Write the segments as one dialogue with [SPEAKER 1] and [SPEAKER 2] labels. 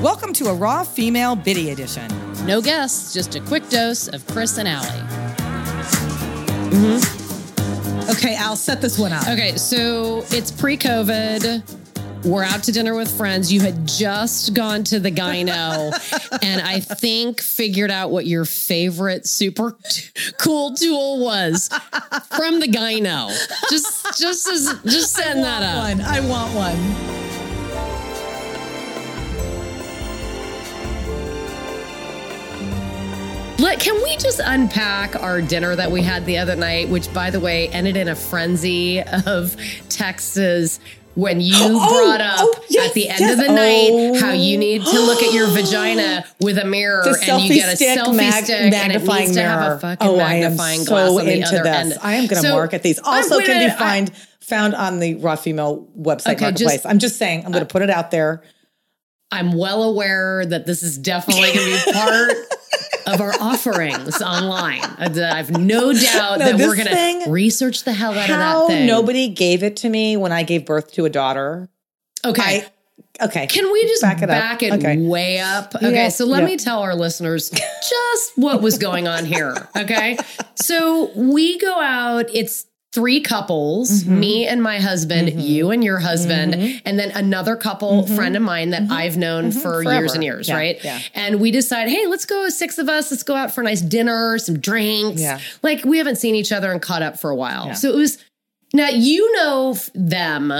[SPEAKER 1] Welcome to a Raw Female Biddy Edition.
[SPEAKER 2] No guests, just a quick dose of Chris and Allie.
[SPEAKER 3] Okay, I'll set this one up.
[SPEAKER 2] Okay, so it's pre COVID. We're out to dinner with friends. You had just gone to the gyno and I think figured out what your favorite super t- cool tool was from the gyno. Just just as just send that up.
[SPEAKER 3] One. I want one.
[SPEAKER 2] Let, can we just unpack our dinner that we had the other night, which, by the way, ended in a frenzy of texts when you brought up
[SPEAKER 3] oh, yes,
[SPEAKER 2] at the end
[SPEAKER 3] yes.
[SPEAKER 2] of the
[SPEAKER 3] Oh.
[SPEAKER 2] night how you need to look at your vagina with a mirror
[SPEAKER 3] The
[SPEAKER 2] and you
[SPEAKER 3] selfie
[SPEAKER 2] get a
[SPEAKER 3] stick,
[SPEAKER 2] selfie
[SPEAKER 3] mag-
[SPEAKER 2] stick and it
[SPEAKER 3] magnifying
[SPEAKER 2] needs to have
[SPEAKER 3] mirror.
[SPEAKER 2] a fucking
[SPEAKER 3] Oh, I am
[SPEAKER 2] magnifying
[SPEAKER 3] so
[SPEAKER 2] glass on the
[SPEAKER 3] into
[SPEAKER 2] other
[SPEAKER 3] this.
[SPEAKER 2] end.
[SPEAKER 3] I am going to
[SPEAKER 2] So-
[SPEAKER 3] market these.
[SPEAKER 2] I-
[SPEAKER 3] Also,
[SPEAKER 2] wait a
[SPEAKER 3] can be
[SPEAKER 2] minute, I-
[SPEAKER 3] find found on the Raw Female website
[SPEAKER 2] Okay, just- uh,
[SPEAKER 3] marketplace. I'm just saying. I'm going to put it out there.
[SPEAKER 2] I'm well aware that this is definitely going to be part of our offerings online. Uh, I've no doubt
[SPEAKER 3] No,
[SPEAKER 2] that
[SPEAKER 3] this
[SPEAKER 2] we're going
[SPEAKER 3] thing-
[SPEAKER 2] to research the hell out
[SPEAKER 3] How
[SPEAKER 2] of that thing.
[SPEAKER 3] nobody gave it to me when I gave birth to a daughter.
[SPEAKER 2] okay.
[SPEAKER 3] I okay.
[SPEAKER 2] Can we just
[SPEAKER 3] Back
[SPEAKER 2] back
[SPEAKER 3] it
[SPEAKER 2] it,
[SPEAKER 3] up. Okay.
[SPEAKER 2] way up? Okay,
[SPEAKER 3] Yeah,
[SPEAKER 2] so let
[SPEAKER 3] yeah.
[SPEAKER 2] me tell our listeners just what was going on here. Okay, so we go out. It's three couples:
[SPEAKER 3] Mm-hmm.
[SPEAKER 2] me and my husband, you and your husband, and then another couple friend of mine that I've known for years
[SPEAKER 3] Mm-hmm. Forever.
[SPEAKER 2] and years.
[SPEAKER 3] Yeah,
[SPEAKER 2] Right?
[SPEAKER 3] yeah.
[SPEAKER 2] And we decide, hey, let's go six of us. Let's go out for a nice dinner, some drinks.
[SPEAKER 3] Yeah.
[SPEAKER 2] Like we haven't seen each other and caught up for a while. So it was. Now you know f- them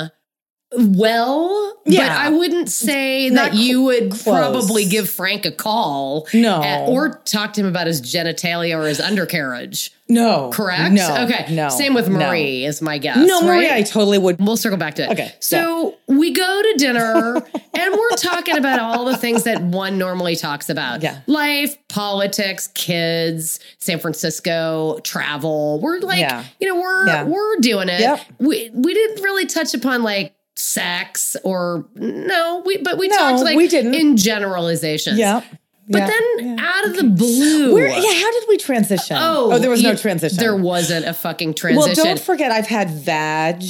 [SPEAKER 2] well, but
[SPEAKER 3] Yeah.
[SPEAKER 2] I wouldn't say
[SPEAKER 3] Not
[SPEAKER 2] that you would
[SPEAKER 3] close.
[SPEAKER 2] probably give Frank a call.
[SPEAKER 3] No.
[SPEAKER 2] uh, or talk to him about his genitalia or his undercarriage.
[SPEAKER 3] no.
[SPEAKER 2] Correct?
[SPEAKER 3] No.
[SPEAKER 2] Okay.
[SPEAKER 3] No.
[SPEAKER 2] Same with
[SPEAKER 3] no.
[SPEAKER 2] Marie is my guess.
[SPEAKER 3] No, Marie,
[SPEAKER 2] right?
[SPEAKER 3] I totally would.
[SPEAKER 2] We'll circle back to it.
[SPEAKER 3] Okay,
[SPEAKER 2] So we go to dinner and we're talking about all the things that one normally talks about
[SPEAKER 3] Yeah.
[SPEAKER 2] life, politics, kids, San Francisco, travel. We're like,
[SPEAKER 3] Yeah.
[SPEAKER 2] you know, we're
[SPEAKER 3] Yeah.
[SPEAKER 2] we're doing it.
[SPEAKER 3] Yep.
[SPEAKER 2] We we didn't really touch upon like sex or no, we but we
[SPEAKER 3] No,
[SPEAKER 2] talked like
[SPEAKER 3] we didn't.
[SPEAKER 2] in generalizations.
[SPEAKER 3] Yeah.
[SPEAKER 2] But
[SPEAKER 3] Yeah.
[SPEAKER 2] then out of the blue.
[SPEAKER 3] Where, yeah, how did we transition?
[SPEAKER 2] Oh,
[SPEAKER 3] there was no
[SPEAKER 2] you-
[SPEAKER 3] transition.
[SPEAKER 2] There wasn't a fucking transition.
[SPEAKER 3] Well, don't forget, I've had vag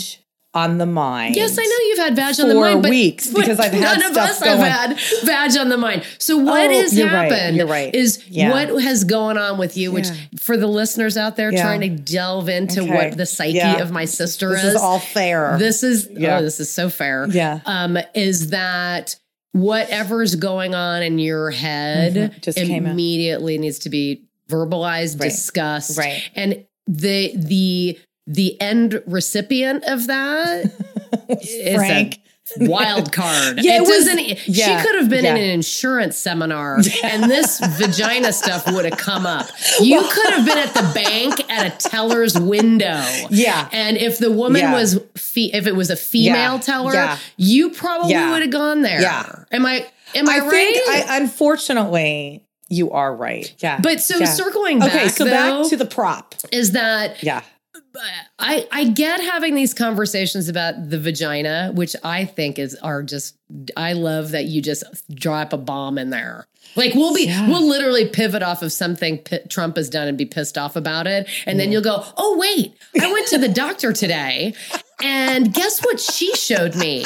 [SPEAKER 3] on the mind.
[SPEAKER 2] Yes, I know you've had vag on the
[SPEAKER 3] For
[SPEAKER 2] mind, but
[SPEAKER 3] weeks,
[SPEAKER 2] but
[SPEAKER 3] because I've had
[SPEAKER 2] none of
[SPEAKER 3] stuff
[SPEAKER 2] us
[SPEAKER 3] going-
[SPEAKER 2] have had vag on the mind. So what
[SPEAKER 3] Oh,
[SPEAKER 2] has
[SPEAKER 3] you're right,
[SPEAKER 2] happened?
[SPEAKER 3] you're right.
[SPEAKER 2] Is
[SPEAKER 3] Yeah.
[SPEAKER 2] what has gone on with you? Which
[SPEAKER 3] Yeah.
[SPEAKER 2] for the listeners out there
[SPEAKER 3] Yeah.
[SPEAKER 2] trying to delve into
[SPEAKER 3] Okay.
[SPEAKER 2] what the psyche
[SPEAKER 3] Yeah.
[SPEAKER 2] of my sister
[SPEAKER 3] This is all fair.
[SPEAKER 2] This is
[SPEAKER 3] Yeah.
[SPEAKER 2] oh, this is so fair.
[SPEAKER 3] Yeah.
[SPEAKER 2] Um, is that whatever's going on in your head
[SPEAKER 3] Mhm. Just came out.
[SPEAKER 2] immediately needs to be verbalized,
[SPEAKER 3] Right.
[SPEAKER 2] discussed,
[SPEAKER 3] Right.
[SPEAKER 2] and the the the end recipient of that is
[SPEAKER 3] Frank.
[SPEAKER 2] a wild card.
[SPEAKER 3] Yeah, it was-
[SPEAKER 2] doesn't- e-,
[SPEAKER 3] yeah,
[SPEAKER 2] she could have been in
[SPEAKER 3] yeah.
[SPEAKER 2] an insurance seminar, and this vagina stuff would have come up. You could have been at the bank at a teller's window.
[SPEAKER 3] Yeah.
[SPEAKER 2] and if the woman
[SPEAKER 3] Yeah.
[SPEAKER 2] was fe- if it was a female
[SPEAKER 3] Yeah,
[SPEAKER 2] teller,
[SPEAKER 3] yeah.
[SPEAKER 2] you probably
[SPEAKER 3] Yeah.
[SPEAKER 2] would have gone there.
[SPEAKER 3] Yeah.
[SPEAKER 2] am I am I,
[SPEAKER 3] I
[SPEAKER 2] right?
[SPEAKER 3] think, I, unfortunately, you are right. Yeah.
[SPEAKER 2] but so
[SPEAKER 3] Yeah.
[SPEAKER 2] circling back,
[SPEAKER 3] okay, so
[SPEAKER 2] though,
[SPEAKER 3] back to the prop.
[SPEAKER 2] is that
[SPEAKER 3] Yeah.
[SPEAKER 2] I I get having these conversations about the vagina, which I think is are just I love that you just drop a bomb in there. Like we'll be
[SPEAKER 3] Yeah.
[SPEAKER 2] we'll literally pivot off of something P- Trump has done and be pissed off about it, and then you'll go, oh wait, I went to the doctor today, and guess what she showed me?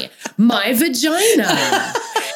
[SPEAKER 2] My vagina,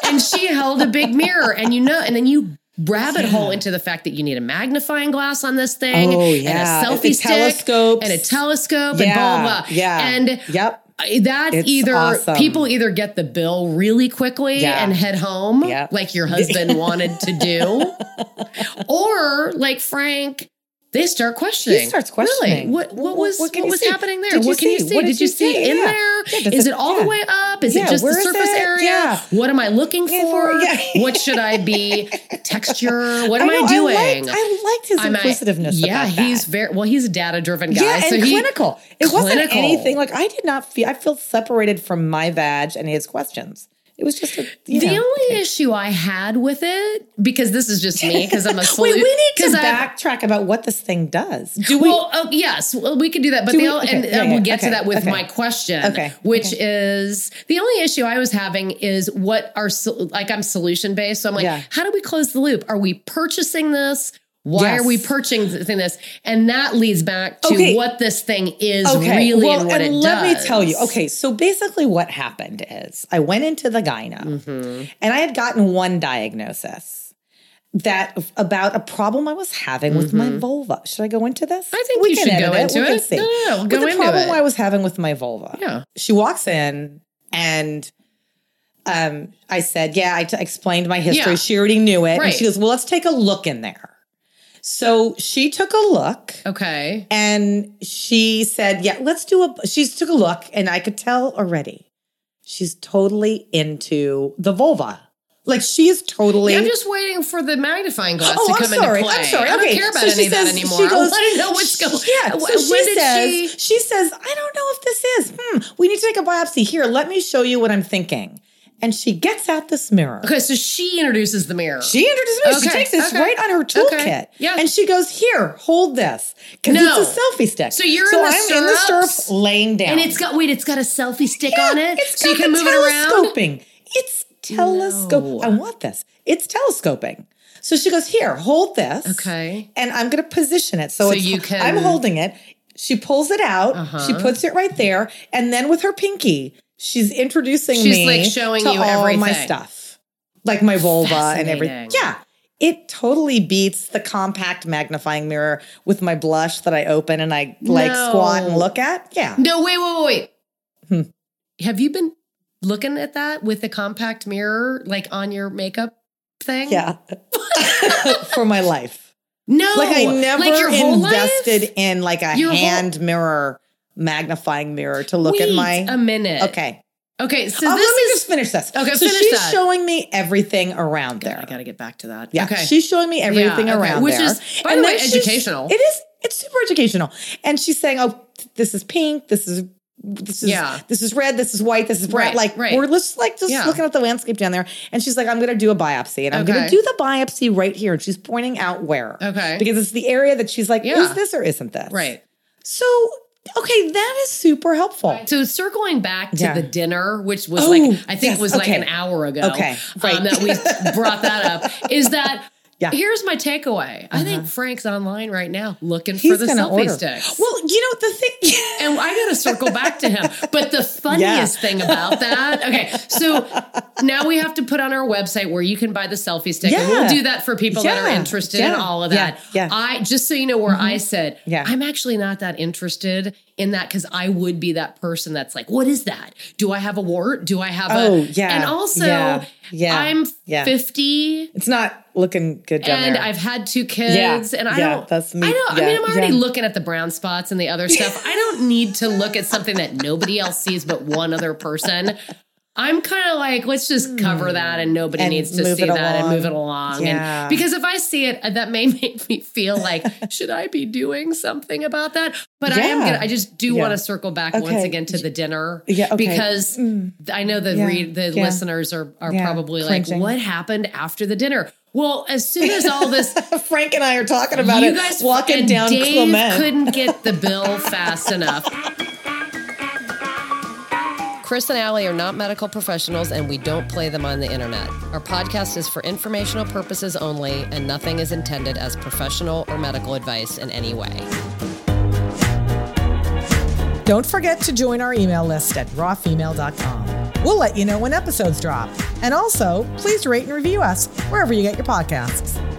[SPEAKER 2] and she held a big mirror, and you know, and then you. Rabbit hole into the fact that you need a magnifying glass on this thing,
[SPEAKER 3] Oh, yeah.
[SPEAKER 2] and a selfie
[SPEAKER 3] The
[SPEAKER 2] stick,
[SPEAKER 3] telescopes.
[SPEAKER 2] and a telescope, and
[SPEAKER 3] yeah.
[SPEAKER 2] blah blah.
[SPEAKER 3] Yeah.
[SPEAKER 2] and
[SPEAKER 3] yep.
[SPEAKER 2] I- that's
[SPEAKER 3] It's
[SPEAKER 2] either
[SPEAKER 3] awesome.
[SPEAKER 2] people either get the bill really quickly
[SPEAKER 3] Yeah.
[SPEAKER 2] and head home,
[SPEAKER 3] Yeah.
[SPEAKER 2] like your husband wanted to do, or like Frank. They start questioning.
[SPEAKER 3] He starts questioning.
[SPEAKER 2] Really? What what was what,
[SPEAKER 3] can you
[SPEAKER 2] was
[SPEAKER 3] see?
[SPEAKER 2] happening there?
[SPEAKER 3] Did you
[SPEAKER 2] what can you
[SPEAKER 3] see?
[SPEAKER 2] see?
[SPEAKER 3] What
[SPEAKER 2] did, you see, it in
[SPEAKER 3] Yeah.
[SPEAKER 2] there? Is
[SPEAKER 3] Yeah, does
[SPEAKER 2] it
[SPEAKER 3] it-
[SPEAKER 2] all
[SPEAKER 3] yeah.
[SPEAKER 2] the way up? Is
[SPEAKER 3] Yeah,
[SPEAKER 2] it just the
[SPEAKER 3] where is
[SPEAKER 2] surface
[SPEAKER 3] it?
[SPEAKER 2] area?
[SPEAKER 3] Yeah.
[SPEAKER 2] What am I looking
[SPEAKER 3] Yeah,
[SPEAKER 2] for?
[SPEAKER 3] for- yeah.
[SPEAKER 2] What should I be? Texture? What
[SPEAKER 3] I
[SPEAKER 2] am
[SPEAKER 3] know,
[SPEAKER 2] I, doing?
[SPEAKER 3] I liked, I liked his
[SPEAKER 2] I'm a-
[SPEAKER 3] inquisitiveness.
[SPEAKER 2] yeah,
[SPEAKER 3] about that.
[SPEAKER 2] he's very well. He's a data driven guy.
[SPEAKER 3] yeah, and
[SPEAKER 2] so he-
[SPEAKER 3] clinical. It wasn't
[SPEAKER 2] Clinical.
[SPEAKER 3] anything like I did not feel. I feel separated from my vag and his questions. It was just a, you
[SPEAKER 2] the
[SPEAKER 3] know,
[SPEAKER 2] only issue I had with it, because this is just me, because I'm a
[SPEAKER 3] Wait,
[SPEAKER 2] salute.
[SPEAKER 3] we need to
[SPEAKER 2] 'cause I-
[SPEAKER 3] backtrack about what this thing does. Do we?
[SPEAKER 2] Well, oh, yes, well, we could do that, but
[SPEAKER 3] Do
[SPEAKER 2] the
[SPEAKER 3] we-
[SPEAKER 2] o-
[SPEAKER 3] okay,
[SPEAKER 2] and,
[SPEAKER 3] yeah,
[SPEAKER 2] and
[SPEAKER 3] yeah,
[SPEAKER 2] we'll get
[SPEAKER 3] okay,
[SPEAKER 2] to that with
[SPEAKER 3] okay.
[SPEAKER 2] my question,
[SPEAKER 3] Okay,
[SPEAKER 2] which is the only issue I was having is what are like I'm solution based, so I'm like,
[SPEAKER 3] Yeah.
[SPEAKER 2] how do we close the loop? Are we purchasing this? Why are we
[SPEAKER 1] Yes.
[SPEAKER 2] purchasing this? And that leads back to
[SPEAKER 3] Okay.
[SPEAKER 2] what this thing is really and what it
[SPEAKER 3] let
[SPEAKER 2] does.
[SPEAKER 3] me tell you. Okay, so basically, what happened is I went into the gyno,
[SPEAKER 2] Mm-hmm.
[SPEAKER 3] and I had gotten one diagnosis that about a problem I was having with my vulva. Should I go into this?
[SPEAKER 2] Mm-hmm. I think you should go into
[SPEAKER 3] We can
[SPEAKER 2] it.
[SPEAKER 3] see.
[SPEAKER 2] No, no, no,
[SPEAKER 3] With
[SPEAKER 2] go
[SPEAKER 3] the
[SPEAKER 2] into
[SPEAKER 3] problem
[SPEAKER 2] it.
[SPEAKER 3] I was having with my vulva.
[SPEAKER 2] Yeah.
[SPEAKER 3] She walks in, and um, I said, "Yeah." I t- explained my history.
[SPEAKER 2] Yeah.
[SPEAKER 3] She already knew it, and
[SPEAKER 2] Right.
[SPEAKER 3] she goes, "Well, let's take a look in there." So she took a look
[SPEAKER 2] Okay.
[SPEAKER 3] and she said, "Yeah, let's do a." She took a look, and I could tell already, she's totally into the vulva. Like she is totally.
[SPEAKER 2] I'm just waiting for the magnifying glass
[SPEAKER 3] Oh,
[SPEAKER 2] to
[SPEAKER 3] I'm
[SPEAKER 2] come
[SPEAKER 3] sorry.
[SPEAKER 2] into play.
[SPEAKER 3] I'm sorry.
[SPEAKER 2] I don't
[SPEAKER 3] Okay.
[SPEAKER 2] care about
[SPEAKER 3] so
[SPEAKER 2] any
[SPEAKER 3] she
[SPEAKER 2] of
[SPEAKER 3] says,
[SPEAKER 2] that anymore.
[SPEAKER 3] She goes,
[SPEAKER 2] I want to know what's going.
[SPEAKER 3] Yeah.
[SPEAKER 2] Wh-
[SPEAKER 3] So she
[SPEAKER 2] when did
[SPEAKER 3] says,
[SPEAKER 2] she?
[SPEAKER 3] she says, I don't know if this is. Hmm, we need to take a biopsy. Here, let me show you what I'm thinking. And she gets out this mirror.
[SPEAKER 2] Okay, so she introduces the mirror.
[SPEAKER 3] She introduced me. She
[SPEAKER 2] Okay,
[SPEAKER 3] takes this
[SPEAKER 2] okay,
[SPEAKER 3] right on her
[SPEAKER 2] okay,
[SPEAKER 3] toolkit.
[SPEAKER 2] yeah.
[SPEAKER 3] And she goes, Here, hold this. Because
[SPEAKER 2] No.
[SPEAKER 3] it's a selfie stick.
[SPEAKER 2] So you're in the
[SPEAKER 3] I'm in the
[SPEAKER 2] stirrups,
[SPEAKER 3] stirrups laying down.
[SPEAKER 2] and it's got wait, it's got a selfie stick on it,
[SPEAKER 3] It's
[SPEAKER 2] so you
[SPEAKER 3] got
[SPEAKER 2] can
[SPEAKER 3] the
[SPEAKER 2] move it around.
[SPEAKER 3] telescoping. It's telescope.
[SPEAKER 2] No.
[SPEAKER 3] I want this. It's telescoping. So she goes, Here, hold this.
[SPEAKER 2] Okay.
[SPEAKER 3] And I'm going to position it. So,
[SPEAKER 2] So
[SPEAKER 3] it's,
[SPEAKER 2] you can-
[SPEAKER 3] I'm holding it. She pulls it out.
[SPEAKER 2] Uh-huh.
[SPEAKER 3] She puts it right there. And then with her pinky, she's introducing
[SPEAKER 2] She's,
[SPEAKER 3] me
[SPEAKER 2] like, showing
[SPEAKER 3] to
[SPEAKER 2] you
[SPEAKER 3] all my
[SPEAKER 2] everything.
[SPEAKER 3] stuff, like my vulva and everything.
[SPEAKER 2] Fascinating.
[SPEAKER 3] Yeah. It totally beats the compact magnifying mirror with my blush that I open and I like
[SPEAKER 2] No.
[SPEAKER 3] squat and look at. Yeah.
[SPEAKER 2] No, wait, wait, wait.
[SPEAKER 3] Hmm.
[SPEAKER 2] Have you been looking at that with the compact mirror, like on your makeup thing?
[SPEAKER 3] Yeah. For my life.
[SPEAKER 2] No,
[SPEAKER 3] Like I never
[SPEAKER 2] Like your whole
[SPEAKER 3] invested
[SPEAKER 2] life?
[SPEAKER 3] in like a
[SPEAKER 2] Your whole-
[SPEAKER 3] hand mirror, magnifying mirror to look at
[SPEAKER 2] Wait
[SPEAKER 3] my.
[SPEAKER 2] a minute.
[SPEAKER 3] okay.
[SPEAKER 2] okay. So
[SPEAKER 3] Oh,
[SPEAKER 2] this
[SPEAKER 3] let me
[SPEAKER 2] is.
[SPEAKER 3] just finish this.
[SPEAKER 2] Okay,
[SPEAKER 3] so
[SPEAKER 2] finish
[SPEAKER 3] she's
[SPEAKER 2] that.
[SPEAKER 3] showing me everything around
[SPEAKER 2] I
[SPEAKER 3] there.
[SPEAKER 2] got to get back to that.
[SPEAKER 3] Yeah,
[SPEAKER 2] Okay.
[SPEAKER 3] she's showing me everything
[SPEAKER 2] okay.
[SPEAKER 3] around
[SPEAKER 2] Which
[SPEAKER 3] there.
[SPEAKER 2] is, by the way,
[SPEAKER 3] then she's-
[SPEAKER 2] educational.
[SPEAKER 3] It is. It's super educational. And she's saying, "Oh, this is pink. This is." This is
[SPEAKER 2] Yeah.
[SPEAKER 3] this is red. This is white. This is brown.
[SPEAKER 2] Right,
[SPEAKER 3] like
[SPEAKER 2] right.
[SPEAKER 3] we're just like just
[SPEAKER 2] Yeah.
[SPEAKER 3] looking at the landscape down there. And she's like, I'm going to do a biopsy, and I'm going
[SPEAKER 2] Okay.
[SPEAKER 3] to do the biopsy right here. And she's pointing out where,
[SPEAKER 2] Okay.
[SPEAKER 3] because it's the area that she's like,
[SPEAKER 2] Yeah.
[SPEAKER 3] is this or isn't this?
[SPEAKER 2] right.
[SPEAKER 3] So, okay, that is super helpful.
[SPEAKER 2] So circling back to
[SPEAKER 3] Oh. Yeah.
[SPEAKER 2] the dinner, which was
[SPEAKER 3] Oh,
[SPEAKER 2] like I think
[SPEAKER 3] yes,
[SPEAKER 2] was like
[SPEAKER 3] okay.
[SPEAKER 2] an hour ago.
[SPEAKER 3] Okay, right.
[SPEAKER 2] um, that we brought that up is that.
[SPEAKER 3] Yeah. Uh-huh.
[SPEAKER 2] Here's my takeaway. I think Frank's online right now looking for
[SPEAKER 3] He's
[SPEAKER 2] the
[SPEAKER 3] going to order.
[SPEAKER 2] selfie sticks.
[SPEAKER 3] Well, you know the thing.
[SPEAKER 2] and I got to circle back to him. But the funniest thing about that, okay, so now we have to put on our website where you can buy the selfie stick, and we'll
[SPEAKER 3] Yeah.
[SPEAKER 2] do that for people that are
[SPEAKER 3] Yeah.
[SPEAKER 2] interested in
[SPEAKER 3] Yeah.
[SPEAKER 2] all of
[SPEAKER 3] Yeah.
[SPEAKER 2] that.
[SPEAKER 3] Yeah. Mm-hmm.
[SPEAKER 2] I just so you know where I said,
[SPEAKER 3] Yeah.
[SPEAKER 2] I'm actually not that interested in that because I would be that person that's like, what is that? Do I have a wart? Do I have a?
[SPEAKER 3] Oh, yeah.
[SPEAKER 2] And also,
[SPEAKER 3] Yeah. Yeah.
[SPEAKER 2] I'm
[SPEAKER 3] Yeah.
[SPEAKER 2] 50
[SPEAKER 3] it's not looking good down
[SPEAKER 2] and
[SPEAKER 3] there.
[SPEAKER 2] I've had two kids,
[SPEAKER 3] Yeah,
[SPEAKER 2] and I
[SPEAKER 3] yeah,
[SPEAKER 2] don't.
[SPEAKER 3] that's me.
[SPEAKER 2] I don't. I
[SPEAKER 3] Yeah,
[SPEAKER 2] mean, I'm already
[SPEAKER 3] yeah.
[SPEAKER 2] looking at the brown spots and the other stuff. I don't need to look at something that nobody else sees but one other person. I'm kind of like, let's just cover that, and nobody
[SPEAKER 3] Hmm. And
[SPEAKER 2] needs to
[SPEAKER 3] move
[SPEAKER 2] see
[SPEAKER 3] it
[SPEAKER 2] that and
[SPEAKER 3] along.
[SPEAKER 2] move it along.
[SPEAKER 3] Yeah.
[SPEAKER 2] And because if I see it, uh, that may make me feel like, should I be doing something about that? But I am
[SPEAKER 3] Yeah.
[SPEAKER 2] gonna. I just do
[SPEAKER 3] Yeah.
[SPEAKER 2] want to circle back once
[SPEAKER 3] Okay.
[SPEAKER 2] again to the dinner,
[SPEAKER 3] Yeah, okay. Mm.
[SPEAKER 2] because I know the
[SPEAKER 3] Yeah,
[SPEAKER 2] read the
[SPEAKER 3] yeah.
[SPEAKER 2] listeners are are
[SPEAKER 3] Yeah,
[SPEAKER 2] probably
[SPEAKER 3] cringing.
[SPEAKER 2] like, what happened after the dinner? Well, as soon as all this
[SPEAKER 3] Frank and I are talking about
[SPEAKER 2] you
[SPEAKER 3] it.
[SPEAKER 2] guys
[SPEAKER 3] walking
[SPEAKER 2] and
[SPEAKER 3] down
[SPEAKER 2] Dave
[SPEAKER 3] Clement.
[SPEAKER 2] couldn't get the bill fast enough. Chris and Allie are not medical professionals and we don't play them on the internet. Our podcast is for informational purposes only and nothing is intended as professional or medical advice in any way.
[SPEAKER 1] Don't forget to join our email list at rawfemale.com. We'll let you know when episodes drop. And also, please rate and review us wherever you get your podcasts.